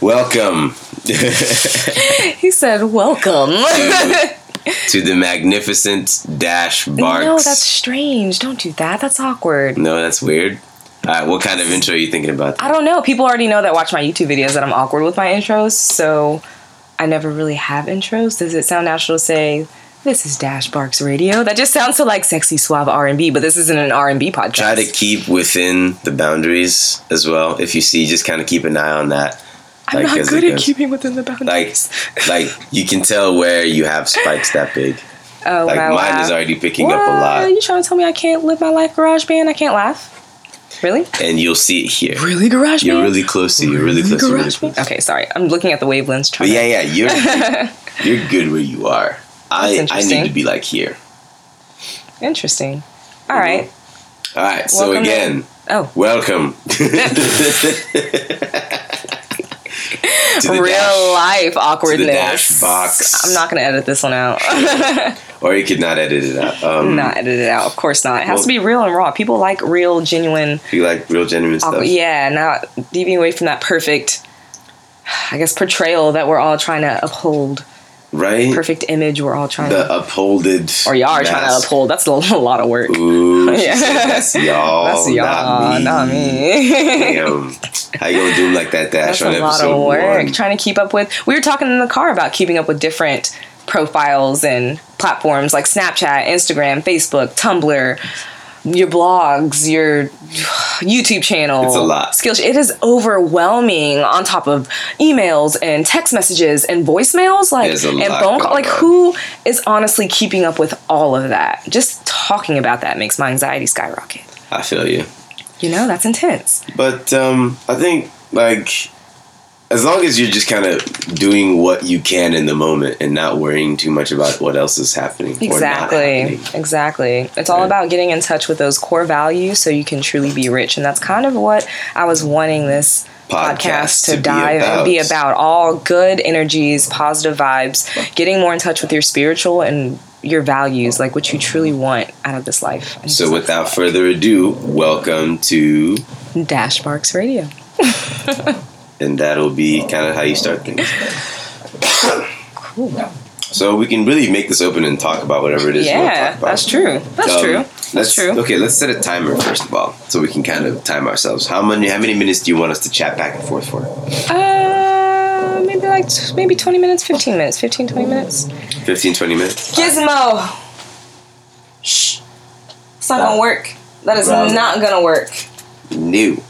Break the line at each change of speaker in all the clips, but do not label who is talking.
Welcome
He said, "Welcome."
to the magnificent Dash Barks.
no, that's strange. Don't do that. That's awkward.
No, that's weird. All right, what kind of intro are you thinking about?
I don't know. People already know that watch my YouTube videos that I'm awkward with my intros, so I never really have intros. Does it sound natural to say this is Dash Barks Radio? That just sounds so like sexy suave R and B, but this isn't an R and B podcast.
Try to keep within the boundaries as well. If you see, just kind of keep an eye on that.
I'm not
as it
good at
goes.
keeping within the
Like,
boundaries.
like you can tell where you have spikes that big.
oh
Like
wow,
mine
wow.
is already picking up
What?
a lot,
You trying to tell me I can't live my life garage band? I can't laugh. Really?
and you'll see it here.
Really garage
You're really close to. You're really close to. Really close.
Okay, sorry. I'm looking at the wavelengths.
But
Trying
yeah, yeah, you're you're good where you are. I
That's
I need
interesting.
to be like here.
to- Interesting. All right.
All right. So
Welcome
again.
in. Oh,
Welcome to the
real
dash,
life awkwardness.
dash box.
I'm not gonna edit this one out.
or you could not edit it out. Um,
not edit it out. Of course not. It has
Well-
to be real and raw. People like real, genuine.
if you like real genuine stuff.
Awkward. Oh, Yeah, not deviating away from that perfect. I guess portrayal that we're all trying to uphold.
Right?
Perfect image we're all trying. to...
The upholded.
Or y'all are trying to
mask.
uphold. That's a a lot of work.
Ooh, she
Yeah.
said that's y'all.
That's y'all, not me.
Damn. How you gonna do him like that, Dash,
That's
on
a lot
episode
of work.
one?
Trying to keep up with. We were talking in the car about keeping up with different profiles and platforms like Snapchat, Instagram, Facebook, Tumblr, your blogs, your YouTube channel.
It's a lot.
Skillshare. It is overwhelming. On top of emails and text messages and voicemails, like
There's a
and
lot
phone call.
going
Like
on.
who is honestly keeping up with all of that? Just talking about that makes my anxiety skyrocket.
I feel you.
You know that's intense.
But um, I think like as long as you're just kind of doing what you can in the moment and not worrying too much about what else is happening or not
Exactly.
happening.
Exactly. It's all
Right.
about getting in touch with those core values so you can truly be rich. And that's kind of what I was wanting this
Podcast
podcast,
to
to,
be
dive and be
about.
about. All good energies, positive vibes, getting more in touch with your spiritual and your values, like what you truly want out of this life. And
So without further ado, welcome to
just Dash Barks Radio.
and that'll be kind of how you start things.
Cool.
So we can really make this open and talk about whatever it is. we wanna talk
Yeah,
about.
that's true. That's
Um,
true.
let's-
That's true.
Okay, let's set a timer first of all, so we can kind of time ourselves. How many how many minutes do you want us to chat back and forth for?
Uh, maybe like t- maybe 20 minutes, 15 minutes, 15, 20 minutes.
15, 20 minutes?
Gizmo. Shh. It's not gonna work. That is
Rousey.
not gonna work.
New.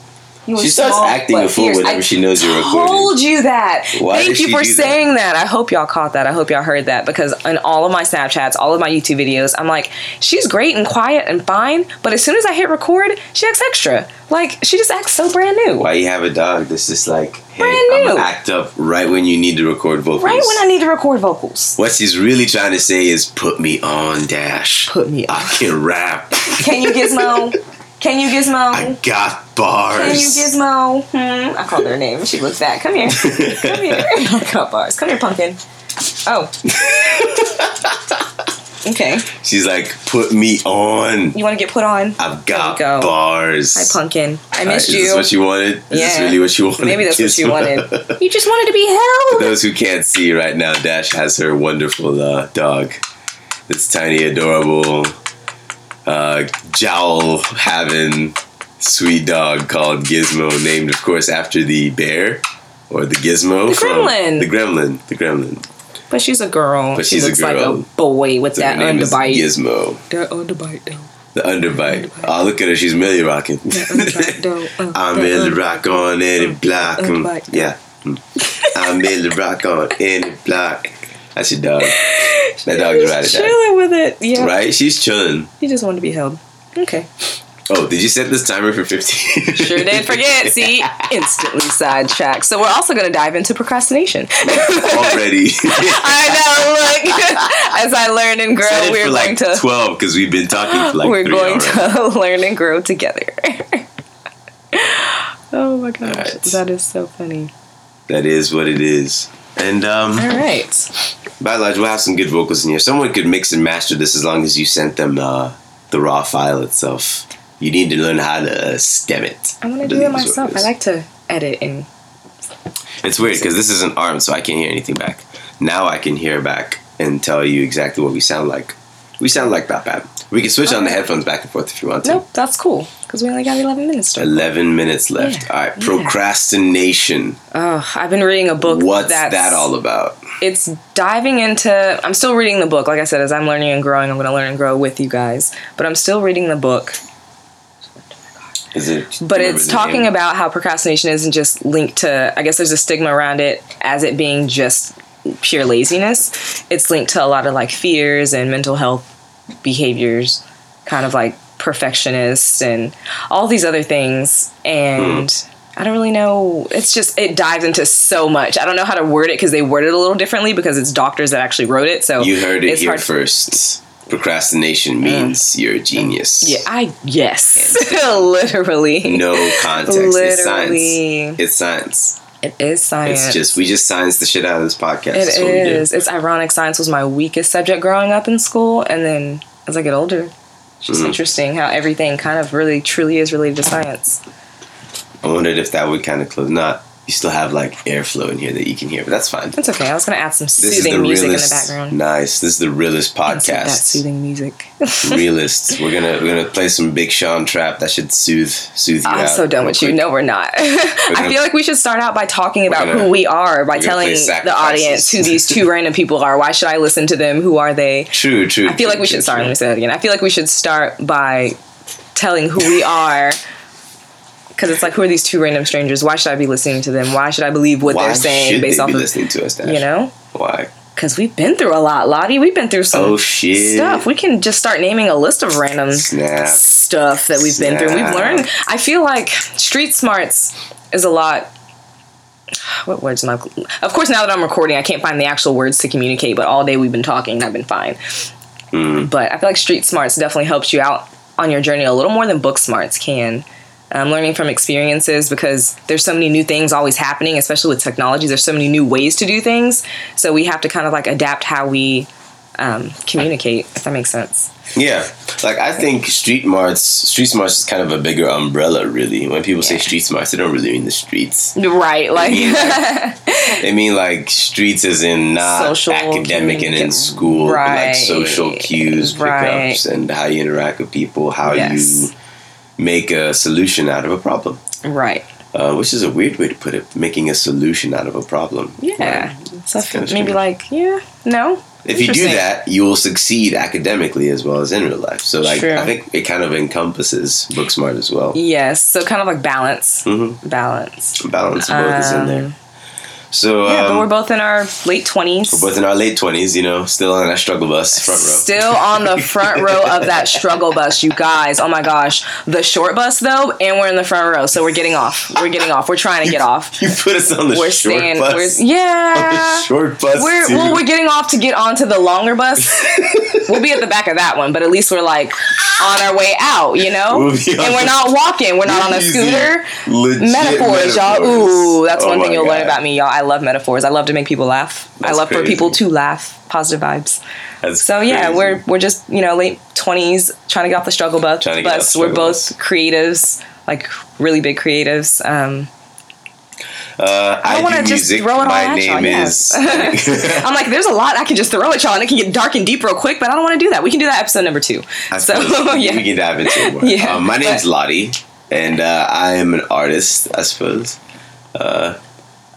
You
She
are
starts
small,
acting a
but
fool
fierce.
whenever
I
she knows you're recording.
Told you that.
Why
Thank
does
you
she
for
do that?
saying that? I hope y'all caught that. I hope y'all heard that because in all of my Snapchats, all of my YouTube videos, I'm like, she's great and quiet and fine, but as soon as I hit record, she acts extra. Like she just acts so brand new.
Why you have a dog that's just like, hey,
Brand
I'm gonna
new.
act up right when you need to record vocals.
Right when I need to record vocals.
what she's really trying to say is, put me on, Dash.
Put me
I
up.
can rap.
Can you Gizmo? Can you Gizmo?
I got bars.
Can you Gizmo? Hmm. I called her name. She looked back. Come here. Come here. I got bars. Come here, pumpkin. Oh. okay.
She's like, put me on.
You want to get put on? Hi,
I've got
There you go.
bars.
pumpkin. I
Alright,
missed
Is this
you.
what you wanted? Is this
Yeah.
really what you wanted?
Maybe that's what you
Gizmo?
wanted. You just wanted to be held.
Those who can't see right now, Dash has her wonderful uh, dog. This tiny, adorable, uh, jowl having sweet dog called Gizmo, named, of course, after the bear or the Gizmo.
The
from-
gremlin.
The gremlin. The gremlin.
But she's a girl.
But
she
she's a
looks
girl.
like a boy with
So
that
her name is
underbite.
Gizmo.
That underbite,
The
though.
underbite. Oh, look at her. She's merely rocking.
Underbite, though. Uh,
I'm
that
in the
under-
rock on any block. Mm,
Underbite.
Yeah. Mm. I'm in the rock on any block. That's your dog. That dog's right
She's
at that.
chilling with it. Yeah.
Right? She's chilling.
You just wanted to be held. Okay.
Oh, did you set this timer for 15?
Sure did forget. See, instantly sidetracked. So we're also going to dive into procrastination.
Already.
I know. Look, as I learn and grow,
Set it
we're
for
going
like
to
12 because we've been talking for like
we're
three
going
hours.
to learn and grow together. oh my gosh,
right.
that is so funny.
That is what it is. And um,
All right,
by and large, we'll have some good vocals in here. Someone could mix and master this as long as you sent them uh, the raw file itself. You need to learn how to stem it.
I want
believe
to do it
is what
myself. I
is.
like to edit and
It's weird because this isn't armed, so I can't hear anything back. Now I can hear back and tell you exactly what we sound like. We sound like that bad. We can switch on the headphones back and forth if you want to.
Nope, that's cool because we only got 11 minutes. To.
11 minutes left.
Yeah,
All right,
yeah.
procrastination.
Oh, I've been reading a book.
What's
that's,
that all about?
It's diving into. I'm still reading the book. Like I said, as I'm learning and growing, I'm going to learn and grow with you guys. But I'm still reading the book.
Is it
But
remember
it's
the
talking
name?
about how procrastination isn't just linked to, I guess there's a stigma around it as it being just pure laziness. It's linked to a lot of like fears and mental health behaviors, kind of like perfectionists and all these other things. And
Hmm.
I don't really know. It's just, it dives into so much. I don't know how to word it because they word it a little differently because it's doctors that actually wrote it. So
You heard it
Oh, it's
here
hard-
first. Procrastination means you're a genius.
Yeah, I, yes. Literally.
No context. It's science.
Literally.
It's science.
It is science.
It's just we just science the shit out of this podcast.
It
That's what we do.
is. It's ironic. Science was my weakest subject growing up in school, and then as I get older, it's just
Mhm.
interesting how everything kind of really truly is related to science.
I wondered if that would kind of close. Not you still have like airflow in here that you can hear, but that's fine.
That's okay. I was gonna add some
This
soothing
is the
music
realest.
in the background.
Nice. This is the realest
It's like That
podcast.
soothing music.
Realists. We're gonna we're gonna play some Big Sean trap that should soothe soothe you
I'm
out.
so done
real
with you.
quick.
No, we're not. I
gonna-
feel like we should start out by talking about
gonna-
who we are
we're
by
gonna
telling
play
the
sacrifices.
audience who these two random people are. Why should I listen to them? Who are they?
True. True.
I feel like we should. Sorry, let me say that again. I feel like we should start by telling who we are, because it's like, who are these two random strangers? Why should I be listening to them? Why should I believe what
Why
they're saying
should
based
they
off
be
of
listening to us? Dash?
you know?
why?
Because we've been through a lot, Lottie. We've been through some
Oh shit!
stuff. We can just start naming a list of random
Snap.
stuff that we've been through. We've
Snap.
learned. I feel like street smarts is a lot. What words am I? Of course, now that I'm recording, I can't find the actual words to communicate. But all day we've been talking, and I've been fine. But I feel like street smarts definitely helps you out on your journey a little more than book smarts can. Um, learning from experiences because there's so many new things always happening, especially with technology. There's so many new ways to do things, so we have to kind of like adapt how we um, communicate. If that makes sense.
Yeah, like I think street marts, street smarts is kind of a bigger umbrella, really. When people say street smarts, they don't really mean the streets.
Right, like
They mean like streets as in not
Social
academic and in
communica-
school, but, like
Right.
social cues,
Right.
pickups, and how you interact with people, how
Yes.
you make a solution out of a problem.
right.
Uh, which is a weird way to put it, making a solution out of a problem.
Yeah. So I
It's kinda
feel-
strange.
maybe like yeah, no.
if you do
Interesting.
that, you will succeed academically as well as in real life. So, like,
True.
I think it kind of encompasses book smart as well.
Yes. So kind of like balance.
hmm
Balance.
Balance of both is in there.
Um,
So,
Yeah,
um,
but we're
we're, both-
both in our late twenties.
in our late twenties. You know, still on that struggle bus front row.
Still on the front row of that struggle bus, you guys. Oh my gosh. The short bus though, and we're in the front row. So we're getting off. We're getting off. We're trying to get off.
you put us on the
We're
short
staying
bus.
we're yeah.
the short bus.
We're
too.
well, we're getting off to get onto the longer bus. we'll be at the back of that one, but at least we're like on our way out, you know.
We'll be on
and we're
the-
not walking. We're not on a
Using
scooter.
legit
Metaphors, y'all. Ooh, that's
Oh
one thing
my
you'll learn
God.
about me, y'all. I love metaphors. I love to make people laugh.
That's
I love for
crazy.
people to laugh. Positive vibes.
That's
So yeah,
crazy.
we're we're just you know late twenties trying to get off the struggle bus.
Trying to get off the
bus. We're
struggle
both creatives, like really big creatives. Um,
Uh, I,
wanna
do
just
music.
throw it all
My
at y'all,
name
yeah.
is.
I'm like, there's a lot I can just throw at y'all, and it can get dark and deep real quick. But I don't want to do that. We can do that episode number two.
I
so
suppose
yeah,
we can dive into it more.
Yeah,
um, my name's
but-
Lottie, and uh, I am an artist, I suppose. Uh,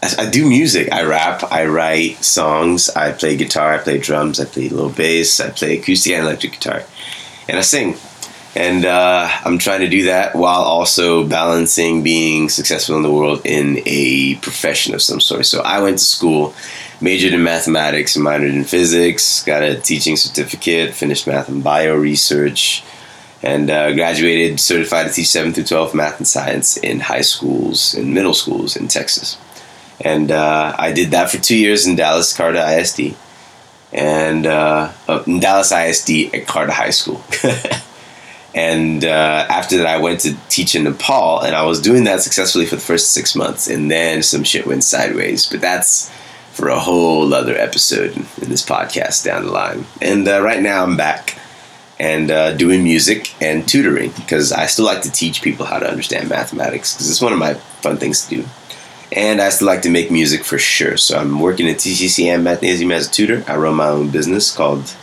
I, I do music. I rap. I write songs. I play guitar. I play drums. I play a little bass. I play acoustic and electric guitar, and I sing. And uh, I'm trying to do that while also balancing being successful in the world in a profession of some sort. So I went to school, majored in mathematics and minored in physics, got a teaching certificate, finished math and bio research, and uh, graduated certified to teach 7 through 12 math and science in high schools and middle schools in Texas. And uh, I did that for two years in Dallas Carter ISD. And uh, uh, in Dallas ISD at Carter High School. and uh, after that, I went to teach in Nepal, and I was doing that successfully for the first six months. And then some shit went sideways. But that's for a whole other episode in this podcast down the line. And uh, right now, I'm back and uh, doing music and tutoring because I still like to teach people how to understand mathematics because it's one of my fun things to do. And I still like to make music for sure. So I'm working at TCCM Mathnasium as a tutor. I run my own business called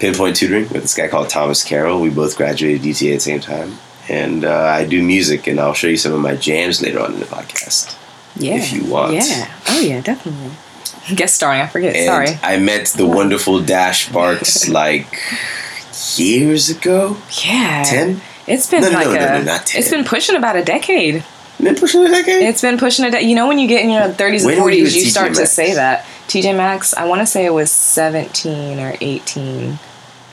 Pinpoint Tutoring with this guy called Thomas Carroll. We both graduated DTA at the same time. And uh, I do music, and I'll show you some of my jams later on in the podcast.
Yeah.
If you want.
Yeah. Oh yeah, definitely. Guest starring. I forget.
And
Sorry.
I met the wonderful Dash Barks like years ago.
yeah.
10?
It's been
No, no,
like
no,
a.
no, no, not 10.
It's been pushing about a decade.
Been pushing a decade?
It's been pushing a decade. You know, when you get in your 30s
When
and
were you
40s,
at
you
TJ
start to
Maxx?
say that. TJ Maxx. I want to say it was 17 or 18, and that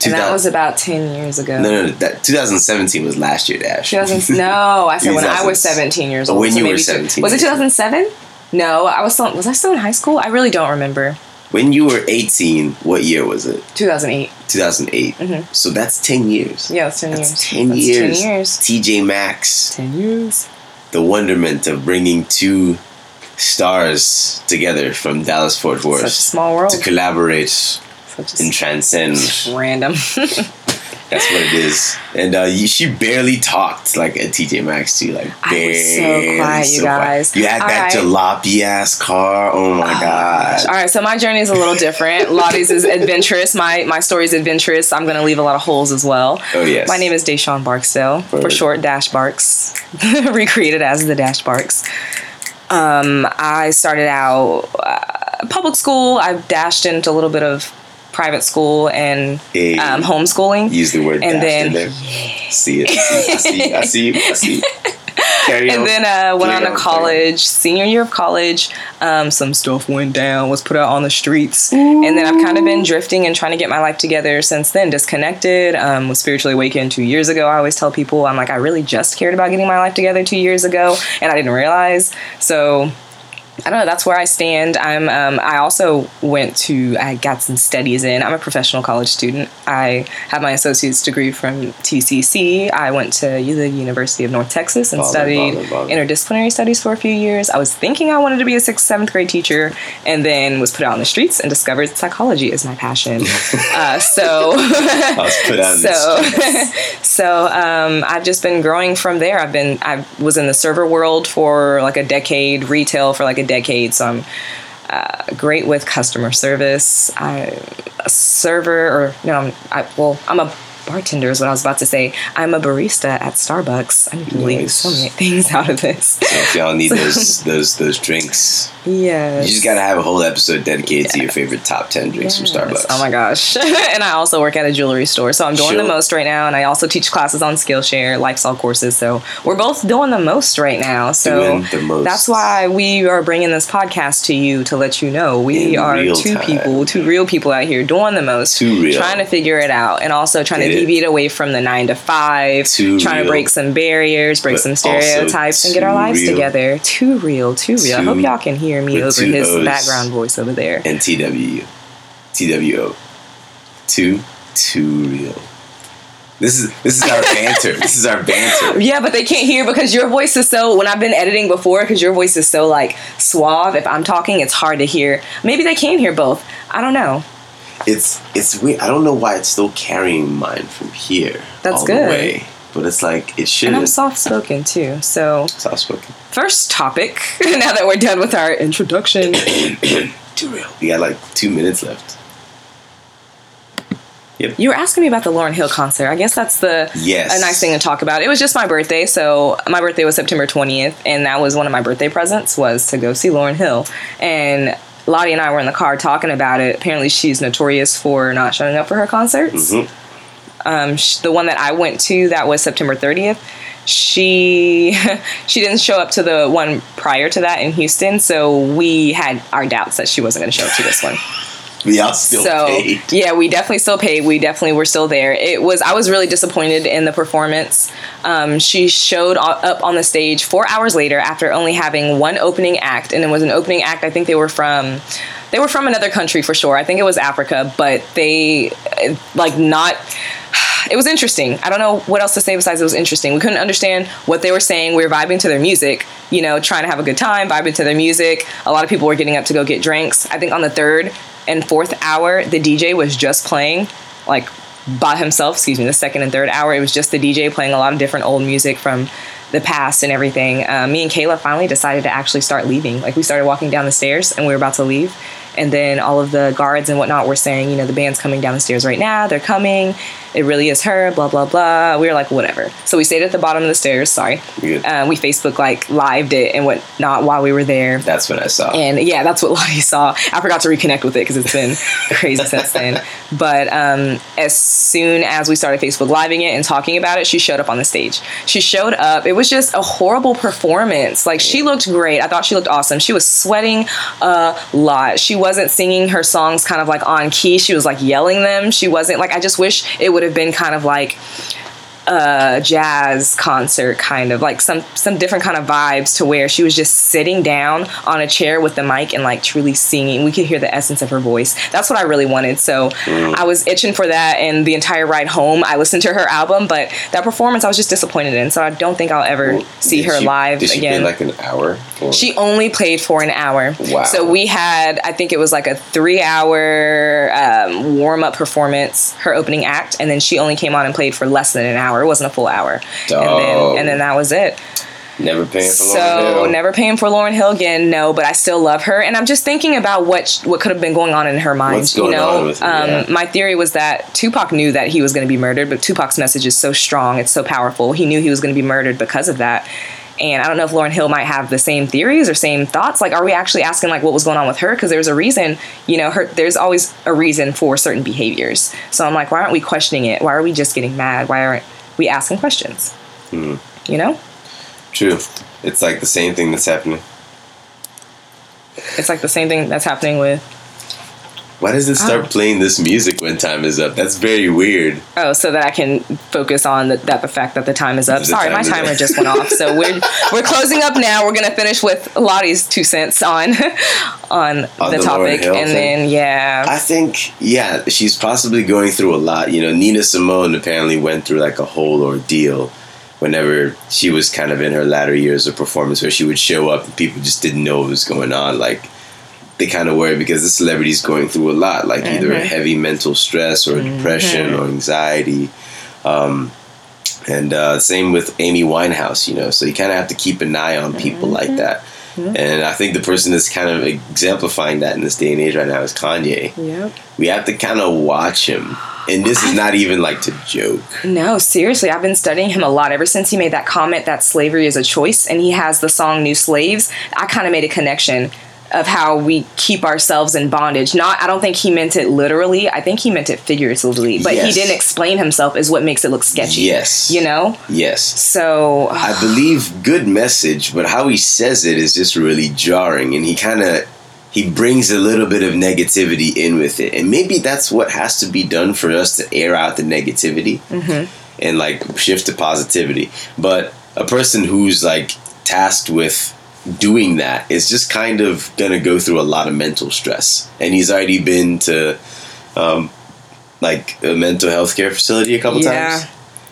2000
was about 10 years ago.
No, no, no. That 2017 was last year, Dash.
2000, no, I said when I
2000s.
was 17 years
Oh,
old.
when you were
maybe two-
17
Was it
years old.
2007? No, I was still, was I still in high school? I really don't remember.
When you were 18, what year was it?
2008.
2008.
Mhm.
So that's 10 years.
Yeah, it was 10 years.
That's 10
That's
years.
10 years.
TJ Maxx,
10 years.
the wonderment of bringing two stars together from Dallas Fort
Such a
Worth
small world.
to collaborate
Such
and
a
transcend.
s- random.
That's what it is. And uh, you, she barely talked like at TJ Maxx too. Like
I
barely.
was so quiet, you guys.
You had
All
that jalopy ass car. Oh my gosh.
All right, so my journey is a little different. Lottie's is adventurous. My my story is adventurous. I'm going to leave a lot of holes as well.
Oh yes.
My name is Deshawn Barksdale, for
Word.
short, Dash Barks, recreated as the Dash Barks. Um, I started out uh, public school. I've dashed into a little bit of private school and
Hey.
um, homeschooling.
Use the word
And
dashed
then-
in there. See it. I see. I see. I see. Carry
and
on.
then uh, went
Carry
on to
on, carry
college, senior year of college. Um, some stuff went down, was put out on the streets, and then I've kind of been drifting and trying to get my life together since then. Disconnected, um, was spiritually awakened two years ago. I always tell people I'm like I really just cared about getting my life together two years ago, and I didn't realize. So I don't know. That's where I stand. I'm. Um, I also went to. I got some studies in. I'm a professional college student. I have my associate's degree from TCC. I went to the University of North Texas and
Baller,
studied
baller, baller.
interdisciplinary studies for a few years. I was thinking I wanted to be a sixth, seventh grade teacher, and then was put out on the streets and discovered psychology is my passion. uh, so.
I was put on this.
so so um, i've just been growing from there i've been i was in the server world for like a decade retail for like a decade so i'm uh, great with customer service i a server or no I'm, i well i'm a bartender is what i was about to say i'm a barista at starbucks i'm leaving
Nice.
so many things out of this
So if y'all need those those those drinks,
yes
you just gotta have a whole episode dedicated to your favorite top ten drinks
Yes.
from Starbucks.
Oh my gosh. and I also work at a jewelry store. So I'm doing
Sure.
the most right now. And I also teach classes on Skillshare, lifestyle courses. So we're both doing the most right now. So
Doing the most.
that's why we are bringing this podcast to you to let you know we
In
are
real
two
time.
people, two real people out here doing the most,
Too real.
trying to figure it out, and also trying
Get
to
it.
deviate away from the nine to five,
Too
trying
real.
to break some barriers, break
But
some
also
stereotypes, and get our
too
lives
real.
together. Too real, too real. I
Too-
hope y'all can hear me
with
over
two
his
O's.
background voice over there.
And TWU, TWO, two too real. This is this is our banter. This is our banter.
Yeah, but they can't hear because your voice is so. When I've been editing before, because your voice is so like suave. If I'm talking, it's hard to hear. Maybe they can hear both. I don't know.
It's it's weird. I don't know why it's still carrying mine from here.
That's
all The
good.
way. But it's like it
And I'm
shouldn't.
soft spoken too. So
Soft spoken.
first topic. now that we're done with our introduction,
Too real. We got like two minutes left.
you were asking me about the Lauren Hill concert. I guess that's the
Yes.
a nice thing to talk about. It was just my birthday, so my birthday was September 20th, and that was one of my birthday presents was to go see Lauren Hill. And Lottie and I were in the car talking about it. Apparently, she's notorious for not showing up for her concerts.
Mhm.
Um, sh- the one that I went to that was September 30th. She she didn't show up to the one prior to that in Houston, so we had our doubts that she wasn't going to show up to this one
We all still
so
paid.
yeah we definitely still paid we definitely were still there it was i was really disappointed in the performance um, she showed o- up on the stage four hours later after only having one opening act and it was an opening act i think they were from they were from another country for sure i think it was africa but they eh, like not it was interesting. I don't know what else to say besides it was interesting. We couldn't understand what they were saying. We were vibing to their music, you know, trying to have a good time, vibing to their music. A lot of people were getting up to go get drinks. I think on the third and fourth hour, the DJ was just playing, like by himself, excuse me, the second and third hour. It was just the DJ playing a lot of different old music from the past and everything, uh, me and Kayla finally decided to actually start leaving. Like we started walking down the stairs and we were about to leave. And then all of the guards and whatnot were saying, you know, the band's coming down the stairs right now. They're coming. It really is her, blah, blah, blah. We were like, whatever. So we stayed at the bottom of the stairs. Sorry.
Good.
Um, we Facebook like lived it and whatnot while we were there.
That's what I saw.
And yeah, that's what Lottie saw. I forgot to reconnect with it because it's been crazy since then. But um, as soon as we started Facebook Living it and talking about it, she showed up on the stage. She showed up. It was just a horrible performance. Like, she looked great. I thought she looked awesome. She was sweating a lot. She wasn't singing her songs kind of like on key. She was like yelling them. She wasn't like, I just wish it would have been kind of like, a jazz concert kind of like some some different kind of vibes to where she was just sitting down on a chair with the mic and like truly singing we could hear the essence of her voice that's what i really wanted so
Mm.
i was itching for that and the entire ride home i listened to her album but that performance i was just disappointed in so i don't think i'll ever see
Did
her
she-
live
did she play
again
like an hour? Or?
she only played for an hour.
Wow.
So we had, I think it was like a three hour um, warm up performance, her opening act, and then she only came on and played for less than an hour. It wasn't a full hour. And
Dog.
then, and then that was it.
never paying for
So
Lauderdale.
never paying for Lauren Hill again, no, but I still love her. And I'm just thinking about what sh- what could have been going on in her mind.
What's going
you know,
on with her,
um,
yeah.
my theory was that Tupac knew that he was going to be murdered, but Tupac's message is so strong, it's so powerful. He knew he was going to be murdered because of that. And I don't know if Lauren Hill might have the same theories or same thoughts. Like, are we actually asking like what was going on with her? Because there's a reason, you know. Her there's always a reason for certain behaviors. So I'm like, why aren't we questioning it? Why are we just getting mad? Why aren't we asking questions?
Hmm.
You know,
True. It's like the same thing that's happening.
it's like the same thing that's happening with
Why does it start
Oh.
playing this music when time is up? That's very weird.
Oh, so that I can focus on the, that the fact that the time is up.
The
Sorry,
time
my
is
timer
up.
just went off. So we're we're closing up now. We're gonna finish with Lottie's two cents on on,
On
the,
the Lauryn
topic,
Hill
and
thing?
then yeah,
I think, yeah, she's possibly going through a lot. You know, Nina Simone apparently went through like a whole ordeal whenever she was kind of in her latter years of performance where she would show up and people just didn't know what was going on. like they kind of worry because the celebrity's going through a lot, like either a heavy mental stress or depression or anxiety. Um, and uh, same with Amy Winehouse, you know. So you kind of have to keep an eye on people like that. And I think the person that's kind of exemplifying that in this day and age right now is Kanye.
yep.
We have to kind of watch him. And this is not even like to joke.
No, seriously, I've been studying him a lot ever since he made that comment that slavery is a choice, and he has the song "New Slaves." I kind of made a connection of how we keep ourselves in bondage. Not, I don't think he meant it literally. I think he meant it figuratively, but he
Yes.
didn't explain himself. Is what makes it look sketchy.
Yes.
You know,
Yes.
so
I believe good message, but how he says it is just really jarring. And he kind of he brings a little bit of negativity in with it. And maybe that's what has to be done for us to air out the negativity
Mm-hmm.
and like shift to positivity. But a person who's like tasked with doing that is just kind of gonna go through a lot of mental stress. And he's already been to um, like a mental health care facility a couple
Yeah.
times.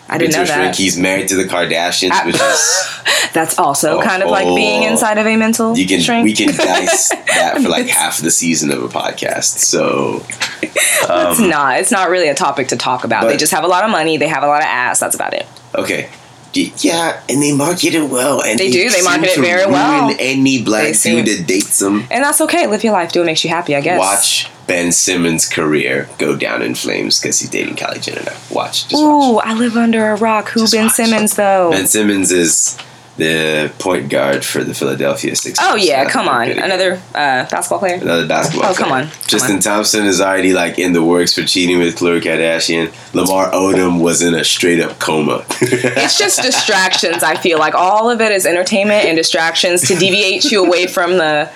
I didn't know
Rich Rink,
that.
He's married to the Kardashians,
Ah.
which is
That's also
Oh,
kind of like being
oh.
inside of a mental
you can
shrink.
we can dice that for like half the season of a podcast. So
it's not. It's not really a topic to talk about. they
um, But-
just have a lot of money. They have a lot of ass. That's about it.
okay. D- Yeah, and they market it well, and
They do, they
seem
market it
to
very well.
ruin Any
They
black
seem-
dude that dates them,
And that's okay. Live your life. Do what makes you happy. I guess.
watch Ben Simmons' career go down in flames because he's dating Kylie Jenner now. Watch, just watch.
Ooh, I live under a rock. Who
Just
Ben
watch.
Simmons though?
Ben Simmons is the point guard for the Philadelphia Sixers.
oh yeah,
Not
come
very
on.
good at
Another uh, basketball player.
another basketball.
Oh, come
player.
on. Come
Tristan
on.
Thompson is already like in the works for cheating with Khloe Kardashian. Lamar Odom was in a straight up coma.
It's just distractions. I feel like all of it is entertainment and distractions to deviate you away from the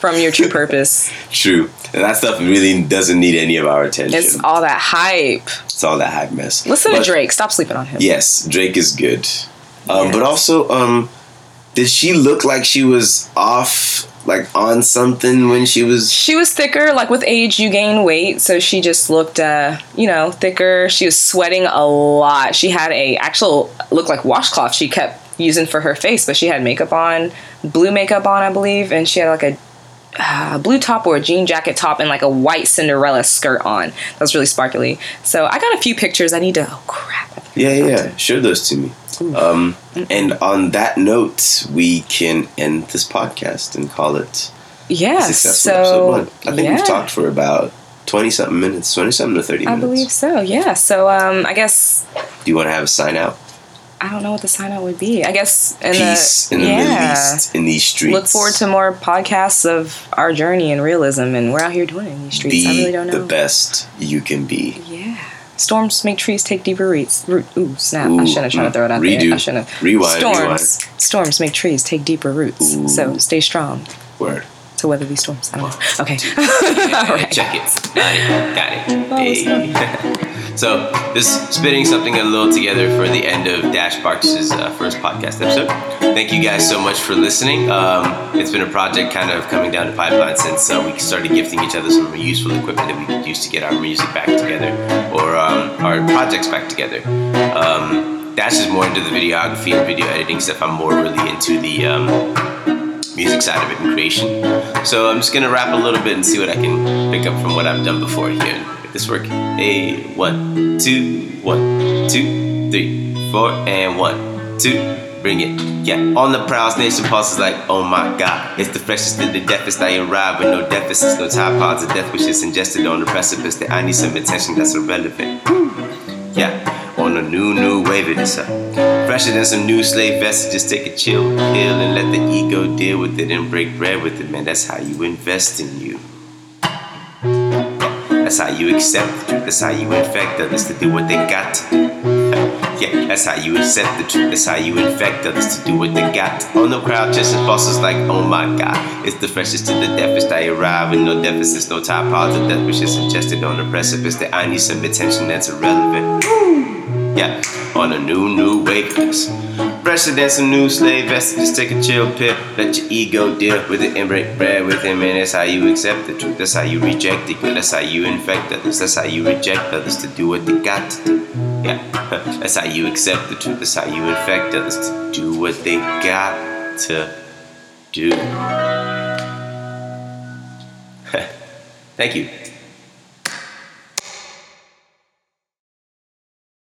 from your true purpose.
True, and that stuff really doesn't need any of our attention.
It's
It's,
all that hype.
all that hype mess.
Listen
But-
to Drake. Stop sleeping on him.
Yes, Drake is good, um,
Yes.
but also, um, did she look like she was off, like on something when she was?
she was thicker like with age you gain weight so she just looked uh you know thicker she was sweating a lot she had a actual looked like washcloth she kept using for her face but she had makeup on blue makeup on i believe and she had like a uh, blue top or a jean jacket top and like a white cinderella skirt on that was really sparkly so i got a few pictures i need to oh crap i think
Yeah, yeah. Share those to me. Um, and on that note, we can end this podcast and call it
Yeah.
successful
so
episode one. I think
yeah.
we've talked for about twenty something minutes, twenty something to thirty
I
minutes.
believe so. Yeah. So um, I guess
Do you want to have a sign out?
I don't know what the sign out would be. I guess in
Peace
the
in the
yeah.
Middle East, in these streets.
Look forward to more podcasts of our journey and realism, and we're out here doing it in these streets.
be
I really don't know.
the best you can be.
Yeah. Storms make trees take deeper roots. Root. Ooh, snap. I
Ooh,
shouldn't have tried to
mm,
throw it out
redo.
there. I shouldn't have.
Rewind,
storms.
rewind.
Storms make trees take deeper roots.
Ooh.
So stay strong
Word.
to weather these storms. I don't know. Okay. All right.
Check it. Got it.
Well, it's
Hey. so, just spitting something a little together for the end of Dash Barks' uh, first podcast episode. Thank you guys so much for listening. Um, it's been a project kind of coming down the pipeline since uh, we started gifting each other some useful equipment that we could use to get our music back together or um, our projects back together. Um, Dash is more into the videography and video editing stuff. I'm more really into the um, music side of it and creation. So I'm just gonna rap a little bit and see what I can pick up from what I've done before here and make this work. Hey, one, two, one, two, three, four, and one, two. Bring it, yeah. On the prowl, nation pulse is like, oh my god. It's the freshest to the deafest I arrive with no deficits, no top pods of death wishes ingested on the precipice that I need some attention that's irrelevant. Yeah, on a new, new wave of this. uh, Fresher than some new slave vestiges, take a chill pill and let the ego deal with it and break bread with it, man. That's how you invest in you. That's how you accept the truth. That's how you infect others to do what they got to do. Yeah, that's how you accept the truth. That's how you infect others to do what they got to do. On the crowd, just as bosses like, oh my god. It's the freshest to the deafest. I arrive with no deficits, no top pods of death, which is suggested on the precipice that I need some attention that's irrelevant. Yeah, on a new, new wavelength. Fresher than some new slave vestiges, take a chill pill. Let your ego deal with it and break bread with him. And that's how you accept the truth. That's how you reject it. That's how you infect others. That's how you reject others to do what they got to do. Yeah, that's how you accept the truth. That's how you infect others to do what they got to do. Thank you.